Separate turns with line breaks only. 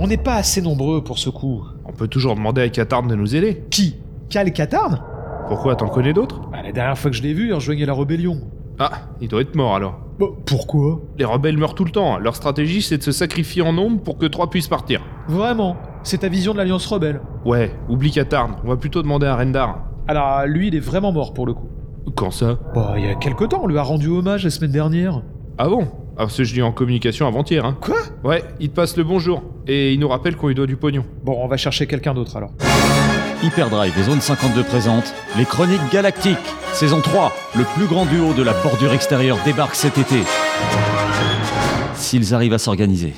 On n'est pas assez nombreux pour ce coup.
On peut toujours demander à Katarn de nous aider.
Qui Cal Katarn
Pourquoi t'en connais d'autres
Bah, La dernière fois que je l'ai vu, il rejoignait la rébellion.
Ah, il doit être mort alors.
Bah, pourquoi
Les rebelles meurent tout le temps. Leur stratégie, c'est de se sacrifier en nombre pour que trois puissent partir.
Vraiment C'est ta vision de l'Alliance Rebelle.
Ouais, oublie Katarn. On va plutôt demander à Rendar.
Alors, euh, lui, il est vraiment mort pour le coup.
Quand ça
Bah, il y a quelque temps, on lui a rendu hommage la semaine dernière.
Ah bon Ah, parce que je l'ai eu en communication avant-hier, hein.
Quoi
Ouais, il te passe le bonjour. Et il nous rappelle qu'on lui doit du pognon.
Bon, on va chercher quelqu'un d'autre alors.
Hyperdrive et Zone 52 présentent Les Chroniques Galactiques, saison 3. Le plus grand duo de la bordure extérieure débarque cet été. S'ils arrivent à s'organiser.